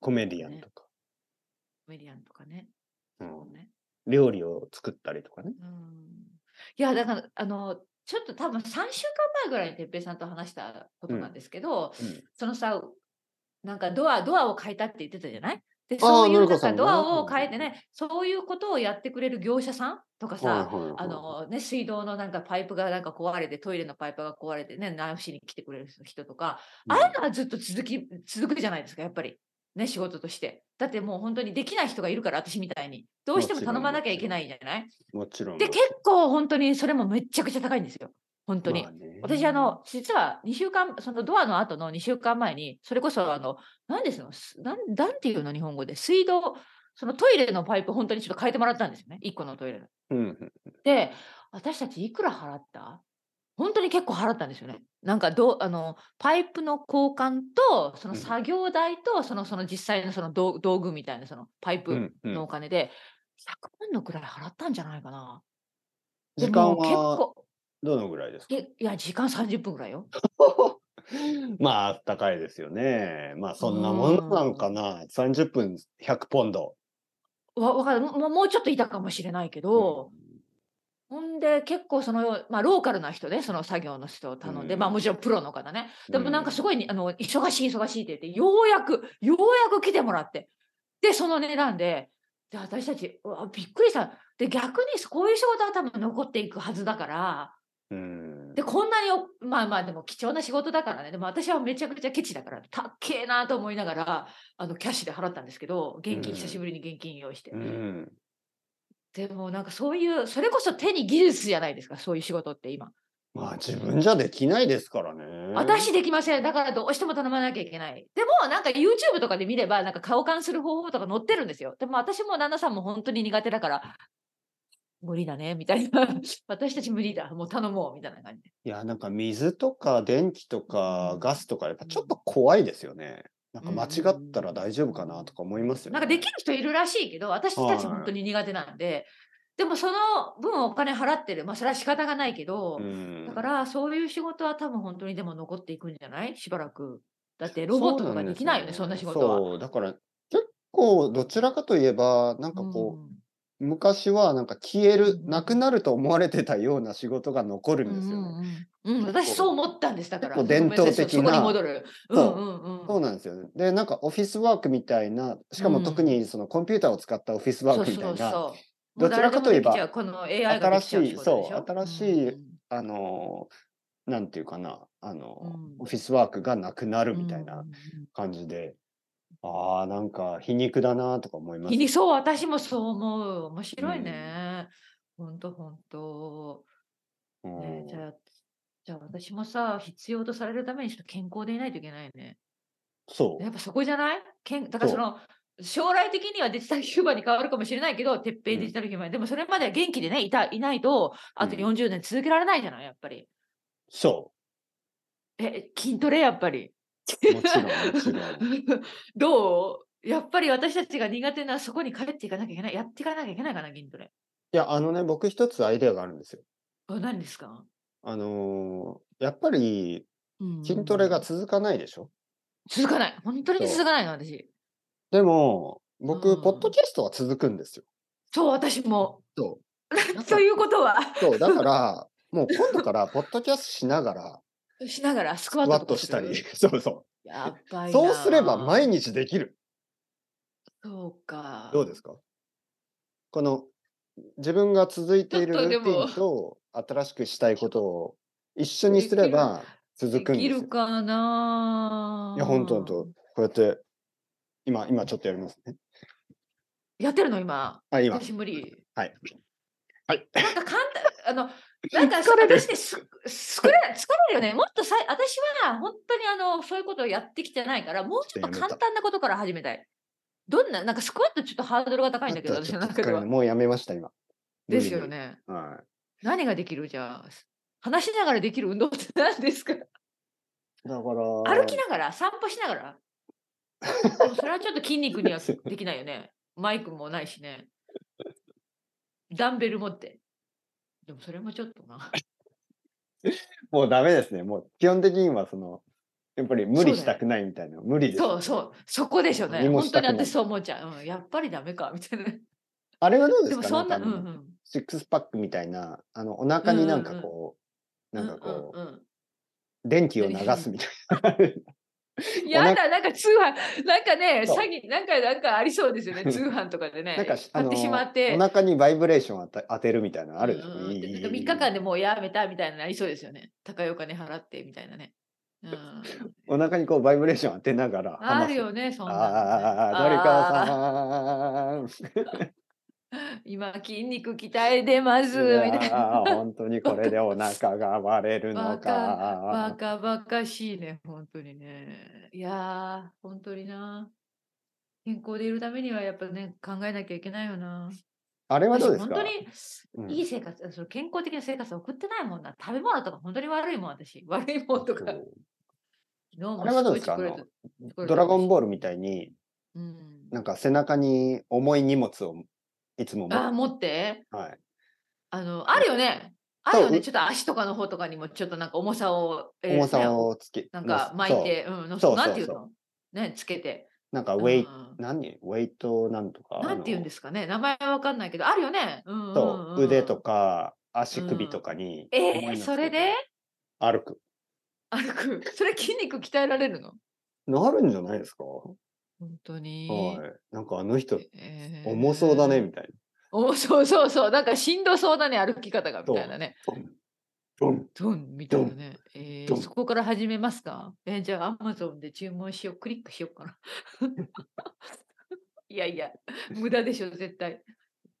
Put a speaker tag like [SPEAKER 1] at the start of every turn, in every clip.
[SPEAKER 1] コメディアンとか、
[SPEAKER 2] メディアンとかね。
[SPEAKER 1] うん
[SPEAKER 2] ね
[SPEAKER 1] 料理を作ったりとかね。
[SPEAKER 2] うんいや、だから、あの、ちょっと多分3週間前ぐらいに哲平さんと話したことなんですけど、
[SPEAKER 1] うん
[SPEAKER 2] そのさ、なんかドア、ドアを変えたって言ってたじゃないで、
[SPEAKER 1] ー
[SPEAKER 2] そうい
[SPEAKER 1] の
[SPEAKER 2] う
[SPEAKER 1] り
[SPEAKER 2] なん
[SPEAKER 1] こさ
[SPEAKER 2] か
[SPEAKER 1] んもね
[SPEAKER 2] ドアを変えてね、そういうことをやってくれる業者さんとかさ、
[SPEAKER 1] はいはいはい
[SPEAKER 2] あのね、水道のなんかパイプがなんか壊れて、トイレのパイプが壊れてね、直しに来てくれる人とか、
[SPEAKER 1] うん
[SPEAKER 2] ああいうのはずっと続き、続くじゃないですか、やっぱり。ね、仕事として。だってもう本当にできない人がいるから、私みたいに。どうしても頼まなきゃいけないじゃない
[SPEAKER 1] もちろん。
[SPEAKER 2] で、結構本当にそれもめっちゃくちゃ高いんですよ。本当に。
[SPEAKER 1] まあね
[SPEAKER 2] 私、あ、の、実は2週間、そのドアの後の2週間前に、それこそ、あの、何ですのすなん、なんていうの、日本語で、水道、そのトイレのパイプ、本当にちょっと変えてもらったんですよね、1個のトイレの。
[SPEAKER 1] うんうん、
[SPEAKER 2] で、私たちいくら払った本当に結構払ったんですよね。なんかどう、あの、パイプの交換と、その
[SPEAKER 1] うん
[SPEAKER 2] 作業代と、その、その実際のその道道具みたいな、そのパイ
[SPEAKER 1] う
[SPEAKER 2] プ
[SPEAKER 1] んうん
[SPEAKER 2] のお金で、100万のくらい払ったんじゃないかな。で
[SPEAKER 1] 時間
[SPEAKER 2] もう結
[SPEAKER 1] は
[SPEAKER 2] 構
[SPEAKER 1] どのぐらいですか
[SPEAKER 2] えいや、時間30分ぐらいよ。
[SPEAKER 1] まあ、あったかいですよね。まあ、そんなものなのかな。30分100ポンド。
[SPEAKER 2] わ、わかる。もうもうちょっといたかもしれないけど、ほんで、結構その、まあ、ローカルな人で、その作業の人を頼んで、
[SPEAKER 1] うん
[SPEAKER 2] まあ、もちろんプロの方ね。でもなんかす
[SPEAKER 1] い。
[SPEAKER 2] ごいに、あの、忙しい忙しいって言って、ようやく、ようやく来てもらって。で、その値段で、で、私たち、うわびっくりした。で、逆にこういう仕事は多分残っていくはずだから、
[SPEAKER 1] うん
[SPEAKER 2] で、こんなにお、まあまあ、でも貴重な仕事だからね。でも私はめちゃくちゃケチだから、たっけえなと思いながら、あの、キャッシュで払ったんですけど、現
[SPEAKER 1] うん
[SPEAKER 2] 金、久しぶりに現金用意して。
[SPEAKER 1] うん
[SPEAKER 2] でもなんかそういう、それこそ手に技術じゃないですか、そういう仕事って今。
[SPEAKER 1] まあ、自分じゃできないですからね。
[SPEAKER 2] 私できません。だからどうしても頼まなきゃいけない。でもなんか YouTube とかで見れば、なんか顔感する方法とか載ってるんですよ。でも私も旦那さんも本当に苦手だから、無理だね、みたいな。私たち無理だ、もう頼もう、みたいな感じで。
[SPEAKER 1] いや、なんか水とか電気とか
[SPEAKER 2] うん
[SPEAKER 1] ガスとか、やっぱちょっと怖いですよね。なんか間違ったら大丈夫かなとか思いますよね。
[SPEAKER 2] なんかできる人いるらしいけど、私たち本当に苦手なんで、でもその分お金払ってる。まあそれは仕方がないけど、
[SPEAKER 1] うん
[SPEAKER 2] だからそういう仕事は多分本当にでも残っていくんじゃないしばらく。だってロボットとかできないよね、そんな仕事は。
[SPEAKER 1] そう、だから結構どちらかといえば、なんかこう、
[SPEAKER 2] うん
[SPEAKER 1] 昔はなんか消える
[SPEAKER 2] う、ん
[SPEAKER 1] なくなると思われてたような仕事が残るんですよね。
[SPEAKER 2] うんうんうんうん
[SPEAKER 1] 結
[SPEAKER 2] 私
[SPEAKER 1] 構
[SPEAKER 2] そう思ったんですだから
[SPEAKER 1] 結構伝統的な
[SPEAKER 2] ごめんさいそそこに戻るう
[SPEAKER 1] そうん
[SPEAKER 2] うんうん
[SPEAKER 1] そうなんですよね。で、なんかオフィスワークみたいな、しか
[SPEAKER 2] う
[SPEAKER 1] も
[SPEAKER 2] ん
[SPEAKER 1] 特にそのコンピューターを使ったオフィスワークみたいな、
[SPEAKER 2] うもう
[SPEAKER 1] どちらかといえば
[SPEAKER 2] 誰でもできちゃうこの AI がで
[SPEAKER 1] 新
[SPEAKER 2] きちゃう
[SPEAKER 1] しい
[SPEAKER 2] 仕事でしょ
[SPEAKER 1] そう新しいあのー、なんていうかな、あのー、
[SPEAKER 2] うん
[SPEAKER 1] オフィスワークがなくなるみたい
[SPEAKER 2] うんう
[SPEAKER 1] なん
[SPEAKER 2] うん
[SPEAKER 1] 感じで、ああ、なんか皮肉だなとか思います
[SPEAKER 2] 日。にそう私もそう思う面白いね、ほんとほんと、
[SPEAKER 1] うん
[SPEAKER 2] ねじゃあじゃあ私もさ必要とされるためにちょっと健康でいないといけないね
[SPEAKER 1] そう
[SPEAKER 2] やっぱそこじゃないけんだから
[SPEAKER 1] そう
[SPEAKER 2] その将来的にはデジタルヒューマンに変わるかもしれないけど、鉄
[SPEAKER 1] う
[SPEAKER 2] 平
[SPEAKER 1] ん
[SPEAKER 2] デジタルヒューマン、でもそれまでは元気でね、いたいないと、あと
[SPEAKER 1] うん
[SPEAKER 2] 40年続けられないじゃない、やっぱり。
[SPEAKER 1] そ
[SPEAKER 2] え、筋トレやっぱり。
[SPEAKER 1] う。もちろん、もちろん。
[SPEAKER 2] どうやっぱり私たちが苦手なそこに帰っていかなきゃいけない、やっていかなきゃいけないかな、筋トレ。
[SPEAKER 1] いや、あのね、僕一つアイデアがあるんですよ。
[SPEAKER 2] あ何ですか、
[SPEAKER 1] あのーやっぱり
[SPEAKER 2] うん
[SPEAKER 1] 筋トレが続かないでしょ、
[SPEAKER 2] 続かない。本当に続かないの、私。
[SPEAKER 1] でも、僕、
[SPEAKER 2] うん
[SPEAKER 1] ポッドキャストは続くんですよ。
[SPEAKER 2] そう、私も。
[SPEAKER 1] そ
[SPEAKER 2] ということは、
[SPEAKER 1] う。そう、だ から、もう今度から、ポッドキャストしながら、
[SPEAKER 2] しながらスクワ
[SPEAKER 1] ス
[SPEAKER 2] ッ
[SPEAKER 1] ワ
[SPEAKER 2] ト
[SPEAKER 1] ッ
[SPEAKER 2] と
[SPEAKER 1] ト
[SPEAKER 2] か
[SPEAKER 1] したり
[SPEAKER 2] す、る。
[SPEAKER 1] そうそ
[SPEAKER 2] やば
[SPEAKER 1] う。
[SPEAKER 2] い
[SPEAKER 1] そうすれば
[SPEAKER 2] な
[SPEAKER 1] 毎日できる。
[SPEAKER 2] そうか。
[SPEAKER 1] どうですかこの、自分が続いている
[SPEAKER 2] ちょっとで
[SPEAKER 1] ルー
[SPEAKER 2] も
[SPEAKER 1] ティンと、新しくしたいことを一緒にすれば続くん
[SPEAKER 2] で
[SPEAKER 1] で
[SPEAKER 2] き
[SPEAKER 1] すよ
[SPEAKER 2] る。かない
[SPEAKER 1] や、本当本当こうやって、今、今ちょっとやりますね。
[SPEAKER 2] やってるの今。
[SPEAKER 1] あ、今。
[SPEAKER 2] 私無理。
[SPEAKER 1] はい。
[SPEAKER 2] なんか簡単、あの、なんか
[SPEAKER 1] 疲れる
[SPEAKER 2] 私ね、す、すくれ、疲れるよね。もっとさい、私は本当にあの、そういうことをやってきてないから、もうちょ
[SPEAKER 1] ちょ
[SPEAKER 2] っと
[SPEAKER 1] っとやめた
[SPEAKER 2] 簡単なことから始めたい。どんな、なんかスクワットちょっとハードルが高いんだけど、
[SPEAKER 1] あと
[SPEAKER 2] 私
[SPEAKER 1] ちょ
[SPEAKER 2] の
[SPEAKER 1] っと
[SPEAKER 2] 中で
[SPEAKER 1] 疲れ
[SPEAKER 2] は
[SPEAKER 1] る。もうやめました、今。
[SPEAKER 2] ですよね。
[SPEAKER 1] 無理に。はい。
[SPEAKER 2] 何ができるじゃあ。話しながらできる運動って何ですか
[SPEAKER 1] だから、
[SPEAKER 2] 歩きながら散歩しながらで もそれはちょっと筋肉にはできないよね。マイクもないしね。ダンベル持って。でもそれもちょっとな。
[SPEAKER 1] もうダメですね。もう基本的にはそのやっぱり無理したくないみたいな。無理です。
[SPEAKER 2] そうそう、そこでしょうね。
[SPEAKER 1] 何も
[SPEAKER 2] 本
[SPEAKER 1] した
[SPEAKER 2] 当に
[SPEAKER 1] くない
[SPEAKER 2] 私そう思っちゃう。うん、やっぱりダメか、みたいな。
[SPEAKER 1] あれはどうで
[SPEAKER 2] ですも
[SPEAKER 1] か
[SPEAKER 2] そんな、
[SPEAKER 1] ん
[SPEAKER 2] う
[SPEAKER 1] か
[SPEAKER 2] ん
[SPEAKER 1] あ
[SPEAKER 2] う
[SPEAKER 1] の
[SPEAKER 2] ん。
[SPEAKER 1] シックスパックみたいな、あの、お腹になんかこう、なんかこう、
[SPEAKER 2] うんうんうん
[SPEAKER 1] 電気を流すみたい
[SPEAKER 2] やだ、なんか通販、なんかね、
[SPEAKER 1] そう
[SPEAKER 2] 詐欺、なんか、なんかありそう ですよね、通販とかでね。
[SPEAKER 1] な。なんかし、あ
[SPEAKER 2] 買っ
[SPEAKER 1] の、
[SPEAKER 2] てしまって
[SPEAKER 1] お。腹にバイブレーションあた当てるみたいなのあるでしょ、
[SPEAKER 2] うんうん
[SPEAKER 1] いい
[SPEAKER 2] で
[SPEAKER 1] いい
[SPEAKER 2] なんか3日間でもうやめたみたいなのありそうですよね。高いお金払ってみたいなね。うん、
[SPEAKER 1] お腹にこうバイブレーション当てながら話す。
[SPEAKER 2] あるよね、そん
[SPEAKER 1] あ
[SPEAKER 2] な
[SPEAKER 1] ー
[SPEAKER 2] のね、
[SPEAKER 1] あー、あー
[SPEAKER 2] あー
[SPEAKER 1] あー誰かさん。
[SPEAKER 2] 今、筋肉鍛えてます
[SPEAKER 1] うわ
[SPEAKER 2] みたいな。
[SPEAKER 1] ー本当にこれでお腹が割れるの
[SPEAKER 2] バ
[SPEAKER 1] か。
[SPEAKER 2] カバカしいね、本当にね。いやー、本当にな。健康でいるためにはやっぱね、考えなきゃいけないよな。
[SPEAKER 1] あれはどう
[SPEAKER 2] 私
[SPEAKER 1] ですか
[SPEAKER 2] 本当
[SPEAKER 1] うん
[SPEAKER 2] にいい生活、その健康的な生活を送ってないもんな。食べ物とか本当に悪いもん、私。悪いもんとか。昨日も
[SPEAKER 1] あれはどうですか
[SPEAKER 2] すごいチョコレート
[SPEAKER 1] そうドラゴンボールみたいに、
[SPEAKER 2] うん
[SPEAKER 1] なんか背中に重い荷物をいつも持
[SPEAKER 2] あー、
[SPEAKER 1] っ
[SPEAKER 2] 持って。
[SPEAKER 1] はい。
[SPEAKER 2] あの、あるよね。あるよ
[SPEAKER 1] そう
[SPEAKER 2] ね。ちょっと足とかの方とかにもちょっとなんか重さを、えー
[SPEAKER 1] 重さ
[SPEAKER 2] ね
[SPEAKER 1] をつけ、
[SPEAKER 2] なんか
[SPEAKER 1] の
[SPEAKER 2] 巻い。て、うん、の
[SPEAKER 1] そう
[SPEAKER 2] なんていう
[SPEAKER 1] そう
[SPEAKER 2] のね、つけて。
[SPEAKER 1] そうなんかウェイ
[SPEAKER 2] う、ん
[SPEAKER 1] 何ウェイトなんとか。
[SPEAKER 2] なんて言うんですすかね。名前はわかんないけど、あるよね。うんうん
[SPEAKER 1] か、
[SPEAKER 2] うん
[SPEAKER 1] そう腕と。か足首とかに重い
[SPEAKER 2] え
[SPEAKER 1] のつけて、
[SPEAKER 2] ー、それで
[SPEAKER 1] 歩く。
[SPEAKER 2] 歩く。それ筋肉鍛えられるの
[SPEAKER 1] なるんじゃないですか、
[SPEAKER 2] 本当に。
[SPEAKER 1] はい。なんかあの人、
[SPEAKER 2] えー
[SPEAKER 1] 重そうだね、。みたいな。
[SPEAKER 2] 重そうそうそう。なんかしんどそうだね、歩き方がみたいなね。
[SPEAKER 1] ドン
[SPEAKER 2] ドンみたいなね。えー
[SPEAKER 1] ドン
[SPEAKER 2] そこから始めますかえーじゃあ、アマゾンで注文しよう。クリックしようかな。いやいや、無駄でしょ、絶対。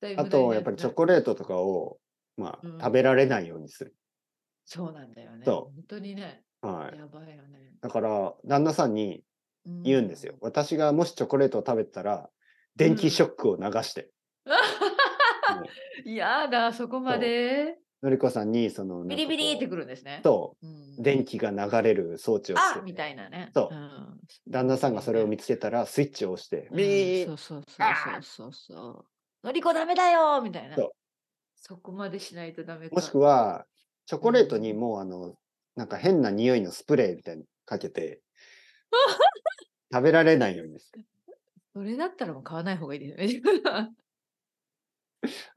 [SPEAKER 2] 絶対
[SPEAKER 1] あ
[SPEAKER 2] 無駄に
[SPEAKER 1] と、
[SPEAKER 2] な
[SPEAKER 1] やっぱりチョコレートとかを、まあ
[SPEAKER 2] うん、
[SPEAKER 1] 食べられないようにする。
[SPEAKER 2] そうなんだよね。
[SPEAKER 1] そ
[SPEAKER 2] 本当にね、
[SPEAKER 1] はい。
[SPEAKER 2] やばいよね。
[SPEAKER 1] だから、旦那さんに言うんですよ。私がもしチョコレートを食べてたら、電気ショックを流して。もう
[SPEAKER 2] いやだ、そこまで。
[SPEAKER 1] のりこさんに、その、なんか
[SPEAKER 2] ビ
[SPEAKER 1] こう
[SPEAKER 2] リビリってくるんですね。
[SPEAKER 1] と、
[SPEAKER 2] うん
[SPEAKER 1] 電気が流れる装置をつ
[SPEAKER 2] あ
[SPEAKER 1] けて
[SPEAKER 2] みたいなね。
[SPEAKER 1] そうん旦那さんがそれを見つけたら、スイッチを押して、ビー
[SPEAKER 2] うんそうそうそうそうそうそう。のりこダメだよみたいな
[SPEAKER 1] そう。
[SPEAKER 2] そこまでしないとダメか。
[SPEAKER 1] もしくは、チョコレートにもう、あの、なんか変な匂いのスプレーみたいにかけ て、食べられないようにする。
[SPEAKER 2] それだったらもう買わない方がいいですよね。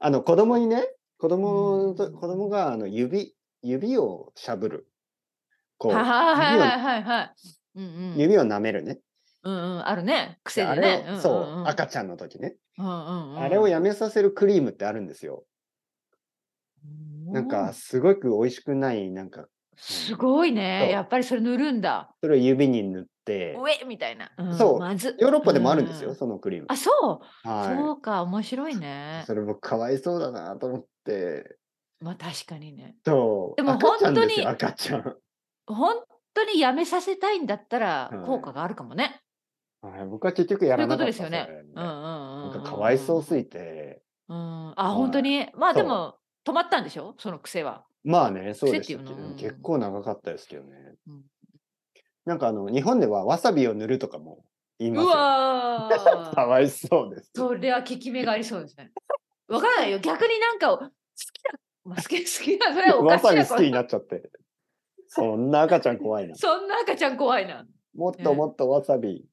[SPEAKER 1] あの、子供にね、子供と、
[SPEAKER 2] うん
[SPEAKER 1] 子供が、あの、指、指をしゃぶる。こう、
[SPEAKER 2] はいはい
[SPEAKER 1] 指を
[SPEAKER 2] はいはいはい。うんうん。
[SPEAKER 1] 指を舐めるね。
[SPEAKER 2] うんうん。あるね。癖
[SPEAKER 1] あ
[SPEAKER 2] で
[SPEAKER 1] れ
[SPEAKER 2] ね
[SPEAKER 1] を、。
[SPEAKER 2] んんん
[SPEAKER 1] そう、。赤ちゃんの時ね、
[SPEAKER 2] うんうんうん
[SPEAKER 1] あれをやめさせるクリームってあるんですよ。なん
[SPEAKER 2] う
[SPEAKER 1] か、すごく美味しくない、なんか、
[SPEAKER 2] すごい
[SPEAKER 1] そう
[SPEAKER 2] ね。やっぱりそれ塗るんだ。
[SPEAKER 1] それを指に塗って、
[SPEAKER 2] 上みたいな。ん
[SPEAKER 1] そう
[SPEAKER 2] まず。
[SPEAKER 1] ヨーロッパでもあるんです
[SPEAKER 2] う
[SPEAKER 1] よ、そのクリーム。
[SPEAKER 2] あ、そう。
[SPEAKER 1] は
[SPEAKER 2] そうか、面白い
[SPEAKER 1] い。
[SPEAKER 2] ね。
[SPEAKER 1] それ僕、かわいそうだなと思って。
[SPEAKER 2] まあ確かにね。
[SPEAKER 1] と、
[SPEAKER 2] でも
[SPEAKER 1] 赤ちゃんですよ
[SPEAKER 2] 本
[SPEAKER 1] 赤ちゃん。
[SPEAKER 2] 本当にやめさせたいんだったら
[SPEAKER 1] はい
[SPEAKER 2] 効果があるかもね。
[SPEAKER 1] はい僕は結局や
[SPEAKER 2] とい
[SPEAKER 1] らな
[SPEAKER 2] うこ
[SPEAKER 1] か
[SPEAKER 2] と
[SPEAKER 1] った
[SPEAKER 2] ですよね
[SPEAKER 1] それ。
[SPEAKER 2] うんうんうん
[SPEAKER 1] な
[SPEAKER 2] うんん。
[SPEAKER 1] かかわいそうすぎて。
[SPEAKER 2] うん。あ、本当に。まあでも止まったんでしょその癖は。
[SPEAKER 1] まあね、そうですけ
[SPEAKER 2] 癖
[SPEAKER 1] ど
[SPEAKER 2] っていうのうん
[SPEAKER 1] 結構長かったですけどね
[SPEAKER 2] うん。
[SPEAKER 1] なんかあの、日本ではわさびを塗るとかも言いうますよ。
[SPEAKER 2] わ
[SPEAKER 1] か
[SPEAKER 2] ー。
[SPEAKER 1] わいそうです。
[SPEAKER 2] それは効き目がありそうですね。わからないよ。逆になんかを好きだ。まあ、好き 好きだ。それはお
[SPEAKER 1] わ
[SPEAKER 2] かし
[SPEAKER 1] さ
[SPEAKER 2] い
[SPEAKER 1] び
[SPEAKER 2] な。
[SPEAKER 1] 好きになっちゃって。そんな赤ちゃん 怖いな。
[SPEAKER 2] そんな赤ちゃん怖い な。
[SPEAKER 1] もっともっとわさび。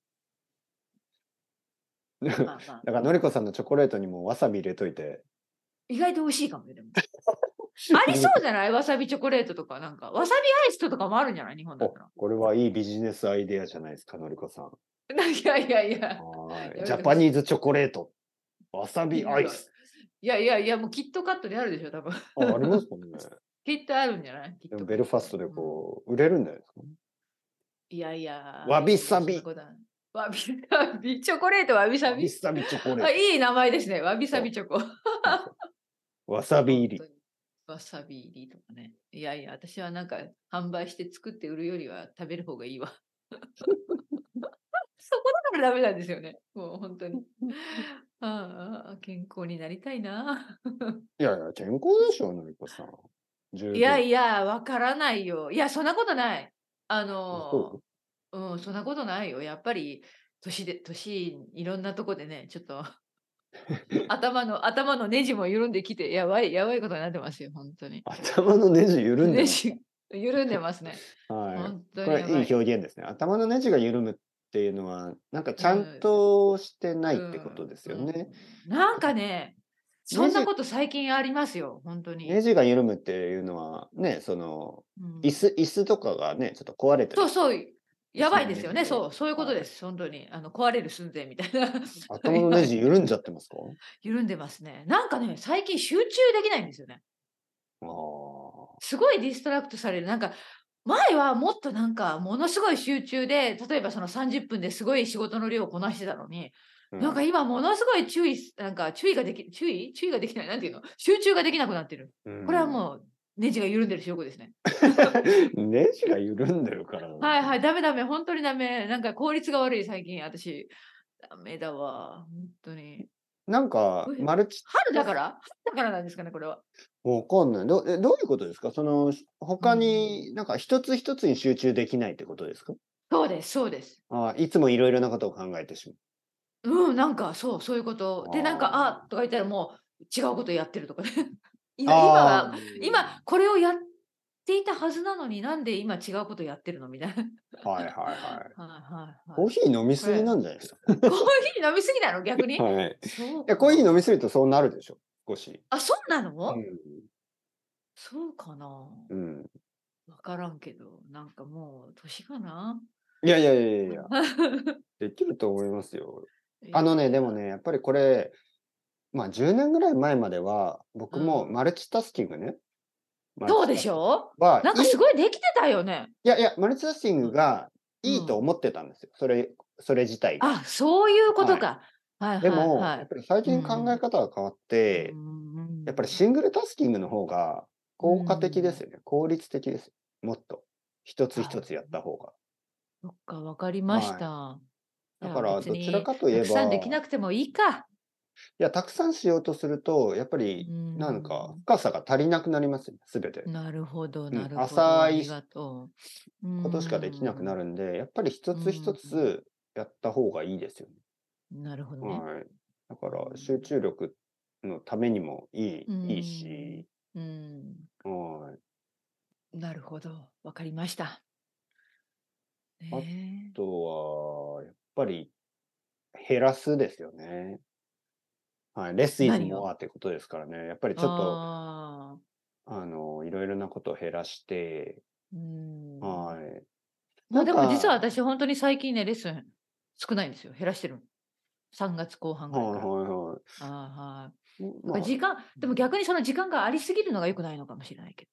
[SPEAKER 1] だ
[SPEAKER 2] まあまあ、
[SPEAKER 1] から、のりこさんのチョコレートにもわさび入れといて。
[SPEAKER 2] 意外と美味しいかもね。でもありそうじ ゃないわさびチョコレートとかなんか。わさびアイスとかもあるんじゃない日本だ
[SPEAKER 1] お
[SPEAKER 2] ったら。
[SPEAKER 1] これはいいビジネスアイデアじゃないですか、のりこさん。
[SPEAKER 2] いやいやいや。
[SPEAKER 1] は
[SPEAKER 2] や
[SPEAKER 1] い
[SPEAKER 2] め
[SPEAKER 1] ジャ
[SPEAKER 2] て
[SPEAKER 1] パニーズチョコレート。わさびアイス。
[SPEAKER 2] いやいやいや、もうキットカットであるでしょ、多分。
[SPEAKER 1] あありますもんね。
[SPEAKER 2] きっとあるんじゃない
[SPEAKER 1] でもベルファストでこう、売れるんじゃないですか。
[SPEAKER 2] うん。いやいや。
[SPEAKER 1] わびさび
[SPEAKER 2] そんなことないわび さび。チョコレートわびさ
[SPEAKER 1] わび
[SPEAKER 2] び。
[SPEAKER 1] さびチョコレ
[SPEAKER 2] あ
[SPEAKER 1] ー
[SPEAKER 2] いい名前ですね。わびさびチョコ。
[SPEAKER 1] ト。わさび入り
[SPEAKER 2] 本。当にわさび入りとかね。いやいや、私はなんか販売して作って売るよりは食べる方がいいわ。 そこだからダメなんですよね。もう本当に。ああ、健康になりたいな。
[SPEAKER 1] いやいや、健康でしょ、のりこさん。十分
[SPEAKER 2] いやいや、わからないよ。いや、そんなことない。あ
[SPEAKER 1] あそ
[SPEAKER 2] の、うん、そんなことないよ。やっぱり、年で、年、いろんなとこでね、ちょっ と、頭の、頭のネジも緩んできて、やばい、やばいことになってますよ、本当に。
[SPEAKER 1] 頭のネジ緩んで
[SPEAKER 2] ネ
[SPEAKER 1] ます。
[SPEAKER 2] ジ、緩んでますね。
[SPEAKER 1] は
[SPEAKER 2] 本
[SPEAKER 1] い。
[SPEAKER 2] 当
[SPEAKER 1] こ
[SPEAKER 2] に
[SPEAKER 1] れい
[SPEAKER 2] やばい。
[SPEAKER 1] い表現ですね。頭のネジが緩むっていうのは、なんかちゃんとしてないってことですよね。
[SPEAKER 2] うん。なんかね、そんなこと最近ありますよ、本当に。
[SPEAKER 1] ネジが緩むっていうのは、ね、その、
[SPEAKER 2] うん
[SPEAKER 1] 椅子、椅子とかがね、ちょっと壊れてる
[SPEAKER 2] そうそう、やばいですよね、
[SPEAKER 1] そう
[SPEAKER 2] そう、そういうことです、本当に。あの壊れる寸前みたいな。
[SPEAKER 1] 頭 のネジ緩んじゃってますか
[SPEAKER 2] 緩んでますね。なんかね、最近集中できないんですよね。
[SPEAKER 1] あ
[SPEAKER 2] すごいディストラクトされる。なんか前はもっとなんかものすごい集中で例えばその30分ですごい仕事の量をこなしてたのに、
[SPEAKER 1] あ。
[SPEAKER 2] なんか今ものすごい注意すなんか注意ができ注意注意ができないなんていうの集中ができなくなってるこれは
[SPEAKER 1] う
[SPEAKER 2] もうネジが緩んでる証拠ですね、
[SPEAKER 1] ん。 ネジが緩んでるから。
[SPEAKER 2] はいはいダメダメ本当にダメなんか効率が悪い最近私ダメだわ本当に
[SPEAKER 1] なんか、マルチ
[SPEAKER 2] 春だから春だからなんですかねこれは
[SPEAKER 1] わかんない。どえどういうことですかその、他に、なんか一つ一つに集中できないってことですか
[SPEAKER 2] そうですそうです
[SPEAKER 1] ああいつもいろいろなことを考えてしまう。
[SPEAKER 2] うん、なんかそう、そういうこと。で、なんか、
[SPEAKER 1] あ
[SPEAKER 2] あとか言ったらもう違うことやってるとか ね。今今は、
[SPEAKER 1] ああ、
[SPEAKER 2] 今これをやっていたはずなのになんで今違うことやってるのみたいな。
[SPEAKER 1] はいはいはい。
[SPEAKER 2] はいはいはい。
[SPEAKER 1] コーヒー飲みすぎなんじゃないですか。
[SPEAKER 2] コーヒー飲みすぎなの逆に。
[SPEAKER 1] はい。い
[SPEAKER 2] そう
[SPEAKER 1] や、コーヒ
[SPEAKER 2] か
[SPEAKER 1] ー飲みすぎるとそうなるでしょ、少し。
[SPEAKER 2] あ、そうなの、
[SPEAKER 1] う
[SPEAKER 2] そうかな。
[SPEAKER 1] ん。うん。
[SPEAKER 2] わからんけど、なんかもう年かな。
[SPEAKER 1] いやいやいやいやいや、できると思いますよ。 あのね、でも。ね、やっぱりこれ、まあ10年ぐらい前までは、僕も
[SPEAKER 2] うん
[SPEAKER 1] マルチタスキングね。
[SPEAKER 2] どうでし
[SPEAKER 1] う
[SPEAKER 2] ょ
[SPEAKER 1] は
[SPEAKER 2] うなんかすごいできてたよね。
[SPEAKER 1] いやいや、マルチタスキングがいいと
[SPEAKER 2] うん
[SPEAKER 1] 思ってたんですよ。それ、それ自体が。
[SPEAKER 2] あ、そういうことか。はい、はい、はい。
[SPEAKER 1] でも、
[SPEAKER 2] は
[SPEAKER 1] やっ
[SPEAKER 2] い
[SPEAKER 1] ぱり最近考え方が変わって、やっぱりシングルタスキングの方が効果的ですよね。効率的ですよ。もっと。一つ一つやった方が。
[SPEAKER 2] そっか、わかりました。
[SPEAKER 1] だから、どちらかと
[SPEAKER 2] と
[SPEAKER 1] いえば、
[SPEAKER 2] たくさんできなくてもいいか。
[SPEAKER 1] いや、たくさんしようとすると、やっぱり、なんか、深さが足りなくなりますよね、すべて
[SPEAKER 2] う。ん。なるほど、
[SPEAKER 1] ん
[SPEAKER 2] なるほど。
[SPEAKER 1] 浅い
[SPEAKER 2] ありがとう。
[SPEAKER 1] ことしかできなくな
[SPEAKER 2] る。
[SPEAKER 1] るんで、やっぱり一つ一つやった方がいいですよ
[SPEAKER 2] なるほど
[SPEAKER 1] ね。
[SPEAKER 2] ね。
[SPEAKER 1] はい。だから、集中力のためにもいい、いいし、
[SPEAKER 2] うん。
[SPEAKER 1] はい。
[SPEAKER 2] なるほど。わかりました。
[SPEAKER 1] あ
[SPEAKER 2] ね
[SPEAKER 1] あとは、やっぱり、減らすですよね。はい。レスイズ
[SPEAKER 2] 何を
[SPEAKER 1] モアってことですからね。やっぱり
[SPEAKER 2] え、
[SPEAKER 1] ちょっと、
[SPEAKER 2] と。
[SPEAKER 1] あの、いろいろなことを減らして、
[SPEAKER 2] うん。
[SPEAKER 1] はい。
[SPEAKER 2] まあで
[SPEAKER 1] なん
[SPEAKER 2] も
[SPEAKER 1] か
[SPEAKER 2] 実は私本当に最近ね、レッスン少ないんですよ。減らしてるの。3月後半ぐ
[SPEAKER 1] はい
[SPEAKER 2] らい
[SPEAKER 1] は
[SPEAKER 2] から。
[SPEAKER 1] いはい。
[SPEAKER 2] あーはい。
[SPEAKER 1] まあ
[SPEAKER 2] 時間でも逆にその時間がありすぎるのが良くないのかもしれないけど。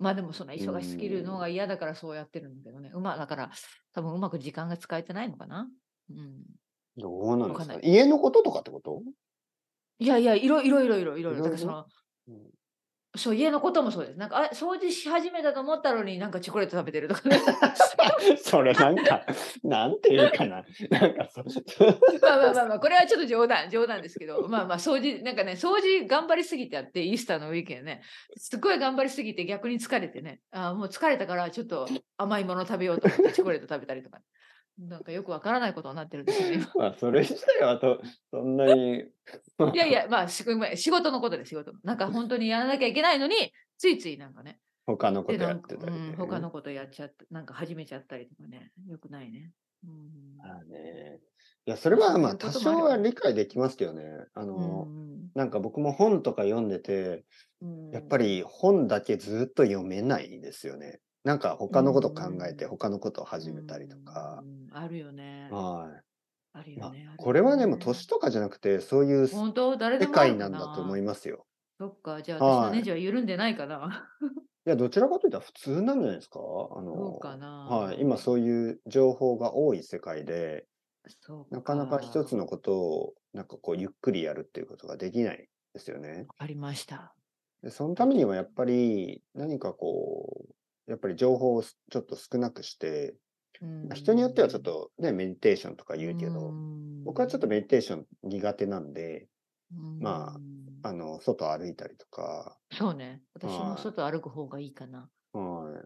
[SPEAKER 2] まあでもそんな忙しすぎるのが嫌だからそうやってるんだけどね。うまだから多分うまく時間が使えてないのかな。うん。
[SPEAKER 1] どうなんで
[SPEAKER 2] わ
[SPEAKER 1] す
[SPEAKER 2] か
[SPEAKER 1] か
[SPEAKER 2] んな
[SPEAKER 1] 家のこととかってこと
[SPEAKER 2] いやいや、いろいろいろいろいろいろ。
[SPEAKER 1] い
[SPEAKER 2] だから
[SPEAKER 1] ろい
[SPEAKER 2] そ
[SPEAKER 1] ろ
[SPEAKER 2] の、
[SPEAKER 1] うん
[SPEAKER 2] そう、家のこともそうです。なんか、あれ、掃除し始めたと思ったのになんかチョコレート食べてるとかね。
[SPEAKER 1] それなんか、 なんていうかな。なんかそ、
[SPEAKER 2] まあまあまあまあ、これはちょっと冗談、冗談です けど、まあまあ、掃除、なんかね、掃除頑張りすぎてあって、イースターのウィーケンドね、すっごい頑張りすぎて逆に疲れてね、ああもう疲れたからちょっと甘いもの食べようと思ってチョコレート食べたりとか、なんかよくわからないことになってるんですよね。
[SPEAKER 1] まあ、それ自体はと、そんなに。
[SPEAKER 2] 今いやいや、まあ、すごいまあ仕事のことです、仕事の。なんか本当にやらなきゃいけないのに、ついついなんかね、
[SPEAKER 1] 他のこ
[SPEAKER 2] で
[SPEAKER 1] とや
[SPEAKER 2] な
[SPEAKER 1] っ
[SPEAKER 2] んか
[SPEAKER 1] てた
[SPEAKER 2] う
[SPEAKER 1] り、ね
[SPEAKER 2] ん、他のことやっちゃって、なんか始めちゃったりとかね、よくないね。うん
[SPEAKER 1] まあね。いや、それはまあ、多
[SPEAKER 2] そういうこともある
[SPEAKER 1] 少は理解できますけどね。あの、なんか僕も本とか読んでて、やっぱ
[SPEAKER 2] り、
[SPEAKER 1] り本だけずっと読めないですよね。なんか他のこと考えて、
[SPEAKER 2] うん
[SPEAKER 1] 他のことを始めたりとか
[SPEAKER 2] う。ん。あるよね。
[SPEAKER 1] はい。
[SPEAKER 2] ある
[SPEAKER 1] ま
[SPEAKER 2] よ
[SPEAKER 1] あ
[SPEAKER 2] ね。ある
[SPEAKER 1] これはでも
[SPEAKER 2] よね
[SPEAKER 1] 年とかじゃなくて、そういう世
[SPEAKER 2] 本当誰でもあ
[SPEAKER 1] 界
[SPEAKER 2] る
[SPEAKER 1] な
[SPEAKER 2] か
[SPEAKER 1] んだと思いますよ。
[SPEAKER 2] そっか、じゃあ
[SPEAKER 1] はい
[SPEAKER 2] 私のネジは緩んでないかな。
[SPEAKER 1] いや、どちらかというと普通なんじゃないですかあ
[SPEAKER 2] そう
[SPEAKER 1] の、
[SPEAKER 2] かな。
[SPEAKER 1] はい、今そういう情報が多い世界で、
[SPEAKER 2] そう
[SPEAKER 1] なかなか一つ
[SPEAKER 2] わ
[SPEAKER 1] のことを、なんかこう、ゆっくりやるっていうことができないですよね。
[SPEAKER 2] かりました。
[SPEAKER 1] で、そのためにはやっぱり、何かこう、やっぱり情報をすちょっと少なくして、
[SPEAKER 2] うん
[SPEAKER 1] まあ人によってはちょっ、とね、メディテーションとか言うけど、僕はちょっと
[SPEAKER 2] と、
[SPEAKER 1] メディテーション苦手なんで、ま
[SPEAKER 2] うん
[SPEAKER 1] あの、外歩いたりとか、
[SPEAKER 2] そうね。私
[SPEAKER 1] は
[SPEAKER 2] も
[SPEAKER 1] い
[SPEAKER 2] 外歩く方がいいかな。
[SPEAKER 1] はい。
[SPEAKER 2] うん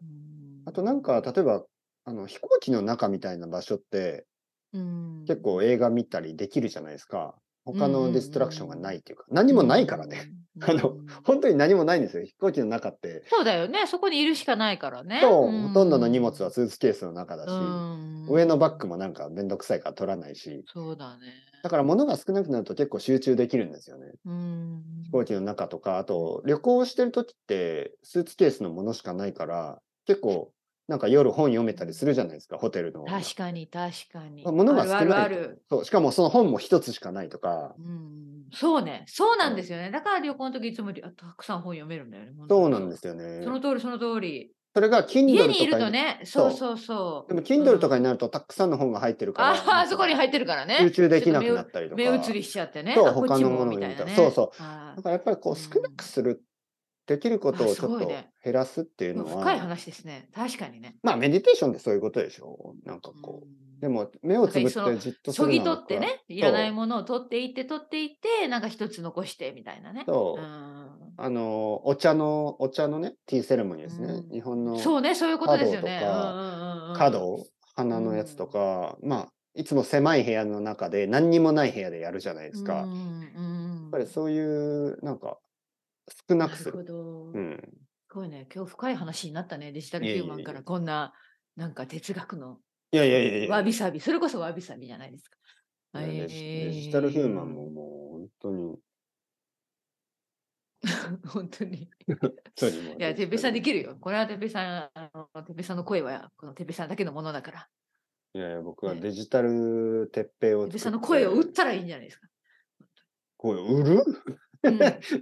[SPEAKER 1] あとなんか、例えば、あの、飛行機の中みたいな場所って、
[SPEAKER 2] うん
[SPEAKER 1] 結構映画見たりできるじゃないですか。他のディストラクションがないっていうか、何もないからね。。 あの、本当に何もないんですよ。飛行機の中って。
[SPEAKER 2] そうだよね。そこにいるしかないからね。
[SPEAKER 1] と、
[SPEAKER 2] うん
[SPEAKER 1] ほとんどの荷物はスーツケースの中だし、
[SPEAKER 2] うん
[SPEAKER 1] 上のバッグもなんかめんどくさいから取らないし、
[SPEAKER 2] そうだね。
[SPEAKER 1] だから物が少なくなると結構集中できるんですよね。
[SPEAKER 2] うん。
[SPEAKER 1] 飛行機の中とか、あと旅行してる時ってスーツケースのものしかないから、結構なんか夜本読めたりするじゃないですか、ホテルの。
[SPEAKER 2] 確かに確かに。
[SPEAKER 1] 物が少ない
[SPEAKER 2] あるあるある。
[SPEAKER 1] そう、しかもその本も一つしかないとか、
[SPEAKER 2] うん、そうね。そうなんですよね。だから旅行の時いつもよりあたくさん本読めるんだよね。。
[SPEAKER 1] そうなんですすよね
[SPEAKER 2] そ。の通りその通り。
[SPEAKER 1] それが Kindle
[SPEAKER 2] 家にいる
[SPEAKER 1] とか
[SPEAKER 2] と
[SPEAKER 1] に、
[SPEAKER 2] ね、
[SPEAKER 1] そ
[SPEAKER 2] そううそうそう。
[SPEAKER 1] でも Kindle とかになるとたくさんの本が入ってるから、
[SPEAKER 2] ああ、そこに入ってるからね。
[SPEAKER 1] 集中できなくなったりとか。
[SPEAKER 2] 目移りしちゃってね。
[SPEAKER 1] そう
[SPEAKER 2] あこっち
[SPEAKER 1] 他のものを
[SPEAKER 2] みたいな
[SPEAKER 1] 見
[SPEAKER 2] ね。。
[SPEAKER 1] たそうそうな
[SPEAKER 2] あ
[SPEAKER 1] ん
[SPEAKER 2] ー
[SPEAKER 1] かやっぱりこう少なくする、できることを
[SPEAKER 2] あ
[SPEAKER 1] ち
[SPEAKER 2] す
[SPEAKER 1] ょ
[SPEAKER 2] ご
[SPEAKER 1] っ
[SPEAKER 2] い
[SPEAKER 1] と
[SPEAKER 2] ね
[SPEAKER 1] 減らすっていうのは、
[SPEAKER 2] 深い話ですね。確かにね。
[SPEAKER 1] まあメディテーションってそういうことでしょなんかこう。
[SPEAKER 2] うん
[SPEAKER 1] でも目をつぶって
[SPEAKER 2] なんか
[SPEAKER 1] じっとす
[SPEAKER 2] そ
[SPEAKER 1] る
[SPEAKER 2] ぎ
[SPEAKER 1] のは
[SPEAKER 2] 取ってね、いらないものを取っていって取っていって、なんか一つ残してみたいなね。
[SPEAKER 1] そう
[SPEAKER 2] う
[SPEAKER 1] あのお茶のお茶のねティーセレモニーですね、
[SPEAKER 2] うん
[SPEAKER 1] 日本
[SPEAKER 2] ん
[SPEAKER 1] の
[SPEAKER 2] そうね、そういうことですよね。
[SPEAKER 1] 角とか
[SPEAKER 2] 角
[SPEAKER 1] 角、花のやつとか、まあいつも狭い部屋の中で何にもない部屋でやるじゃないですか、
[SPEAKER 2] うん
[SPEAKER 1] やっ
[SPEAKER 2] うんうん、やっ
[SPEAKER 1] ぱりそういうなんか少なくする
[SPEAKER 2] なるほど。
[SPEAKER 1] う
[SPEAKER 2] す
[SPEAKER 1] ん、
[SPEAKER 2] ごいね、今日深い話になったね、デジタル
[SPEAKER 1] い
[SPEAKER 2] ヒ
[SPEAKER 1] えいえいえ
[SPEAKER 2] ューマンからこんな、なんか哲学の
[SPEAKER 1] いやいやいやいや
[SPEAKER 2] わびさび、それこそわびさびじゃないですか。
[SPEAKER 1] いやデジ
[SPEAKER 2] え
[SPEAKER 1] デ
[SPEAKER 2] ー
[SPEAKER 1] ジタルヒューマンも。もう本当に
[SPEAKER 2] 本当に。
[SPEAKER 1] 本当にもう
[SPEAKER 2] いや、
[SPEAKER 1] デ
[SPEAKER 2] て
[SPEAKER 1] ジタル
[SPEAKER 2] っぺいさんできるよ。これはてっぺいさん、あのてっぺいさんの声は、このてっぺいさんだけのものだから。
[SPEAKER 1] いやいや僕は
[SPEAKER 2] ね
[SPEAKER 1] デジタル鉄平を作っ
[SPEAKER 2] てっぺい
[SPEAKER 1] て
[SPEAKER 2] さんの声を打ったらいいんじゃな いですか。
[SPEAKER 1] 声を売る
[SPEAKER 2] うん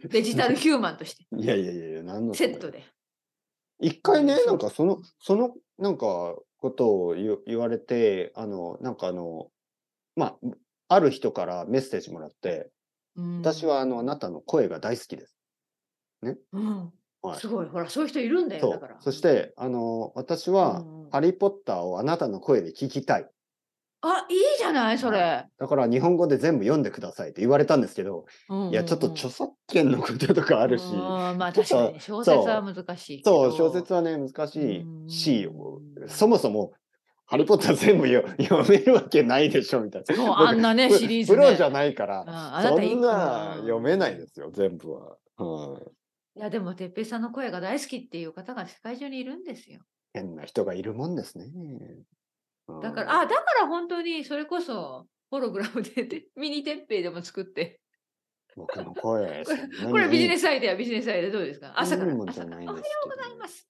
[SPEAKER 2] デジタルヒューマンとして、
[SPEAKER 1] いやいやいやいや何の
[SPEAKER 2] セットで。
[SPEAKER 1] 一回ね、
[SPEAKER 2] そう
[SPEAKER 1] なんかその、その、なんか、ことを言う言われて、あの、なんかあの、まあ、ある人からメッセージもらって、
[SPEAKER 2] うん
[SPEAKER 1] 私はあの、あなたの声が大好きです。
[SPEAKER 2] うん
[SPEAKER 1] はい
[SPEAKER 2] すごい、ほら、そういう人いるんだよ。
[SPEAKER 1] そ
[SPEAKER 2] だ
[SPEAKER 1] う
[SPEAKER 2] から。。
[SPEAKER 1] そして、あの、私は
[SPEAKER 2] う、んうん
[SPEAKER 1] ハリーポッターをあなたの声で聞きたい。
[SPEAKER 2] あ、いいじゃない、それ。
[SPEAKER 1] だから日本語で全部読んでくださいって言われたんですけど、
[SPEAKER 2] うんうんうん
[SPEAKER 1] いや、ちょっと著作権のこととかあ
[SPEAKER 2] あ
[SPEAKER 1] るし、
[SPEAKER 2] まあ
[SPEAKER 1] ちょっ
[SPEAKER 2] 確
[SPEAKER 1] と
[SPEAKER 2] かに小説は難しいけ
[SPEAKER 1] そ
[SPEAKER 2] ど。
[SPEAKER 1] う、小説
[SPEAKER 2] は
[SPEAKER 1] はね、難し
[SPEAKER 2] うん
[SPEAKER 1] いし、そもそも、ハリーポッター全部よ読めるわけないでしょ、みたいな。
[SPEAKER 2] あんなね、
[SPEAKER 1] 僕
[SPEAKER 2] シリー
[SPEAKER 1] プ
[SPEAKER 2] ズ、ね。
[SPEAKER 1] ロじゃないから、
[SPEAKER 2] ああな
[SPEAKER 1] そ
[SPEAKER 2] たいい
[SPEAKER 1] んな
[SPEAKER 2] うん
[SPEAKER 1] 読めないですよ、全部は。うん、
[SPEAKER 2] いや、でも、てっぺいさんの声が大好きっていう方が世界中にいるんですよ。
[SPEAKER 1] 変な人がいるもんですね。うん
[SPEAKER 2] だから、あ、だから本当に、それこそ、ホログラムでて、ミニてっぺいでも作って。
[SPEAKER 1] 僕の声、そんなに
[SPEAKER 2] これビジネ
[SPEAKER 1] ス
[SPEAKER 2] スアイデア、ビジネスアイデアどうですか朝から。
[SPEAKER 1] いいもんじゃ
[SPEAKER 2] 朝から
[SPEAKER 1] な
[SPEAKER 2] お
[SPEAKER 1] い
[SPEAKER 2] は
[SPEAKER 1] ん
[SPEAKER 2] よ
[SPEAKER 1] です
[SPEAKER 2] うございます。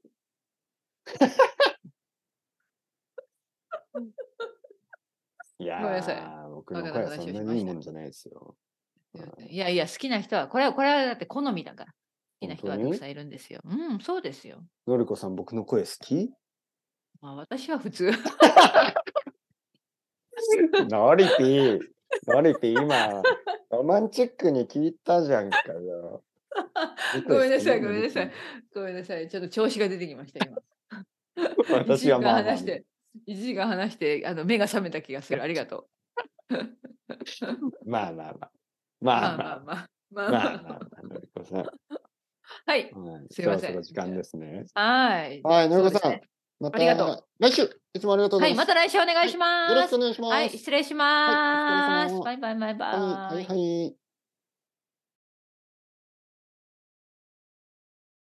[SPEAKER 1] いや
[SPEAKER 2] ごめんなさい
[SPEAKER 1] ー、僕の声はそんなにいいもんじゃないですよ。うん
[SPEAKER 2] いやいや、好きな人は、これは、これはだって好みだから。好きな人は
[SPEAKER 1] 本
[SPEAKER 2] た
[SPEAKER 1] 当に
[SPEAKER 2] くさんいるんですよ。うん、そうですよ。
[SPEAKER 1] のりこさん、僕の声好き
[SPEAKER 2] まあ、私は普通。
[SPEAKER 1] のりぴー、のりぴー、今、ロマンチックに聞いたじゃんか よ。
[SPEAKER 2] ごめんなさい、ごめんなさい。ごめんなさい。ちょっと調子が出てきました、今。一
[SPEAKER 1] 私
[SPEAKER 2] 時
[SPEAKER 1] は
[SPEAKER 2] 間
[SPEAKER 1] まあ、まあ
[SPEAKER 2] 話して、一時間話して、あの目が覚めた気がする。ありがとう。
[SPEAKER 1] まあまあまあ。 まあまあ
[SPEAKER 2] まあ
[SPEAKER 1] まあ
[SPEAKER 2] まあまあ
[SPEAKER 1] ま
[SPEAKER 2] まあ
[SPEAKER 1] あまあ、のりこさん。
[SPEAKER 2] はい。
[SPEAKER 1] はい、
[SPEAKER 2] すいませ
[SPEAKER 1] そろそ
[SPEAKER 2] ん
[SPEAKER 1] ろ時間ですね。
[SPEAKER 2] はい。
[SPEAKER 1] はい、のり
[SPEAKER 2] そ
[SPEAKER 1] こさ
[SPEAKER 2] うです
[SPEAKER 1] ん、
[SPEAKER 2] ね
[SPEAKER 1] また
[SPEAKER 2] ありがと
[SPEAKER 1] 来週いつもありがとうご
[SPEAKER 2] は
[SPEAKER 1] ざ
[SPEAKER 2] い、
[SPEAKER 1] いま。
[SPEAKER 2] ますた来週お願いしま
[SPEAKER 1] よろしく
[SPEAKER 2] す
[SPEAKER 1] お。願いします。
[SPEAKER 2] はい、失礼します。
[SPEAKER 1] はいお疲れ様
[SPEAKER 2] バイバイバイバイ。
[SPEAKER 1] はい、はい、はい。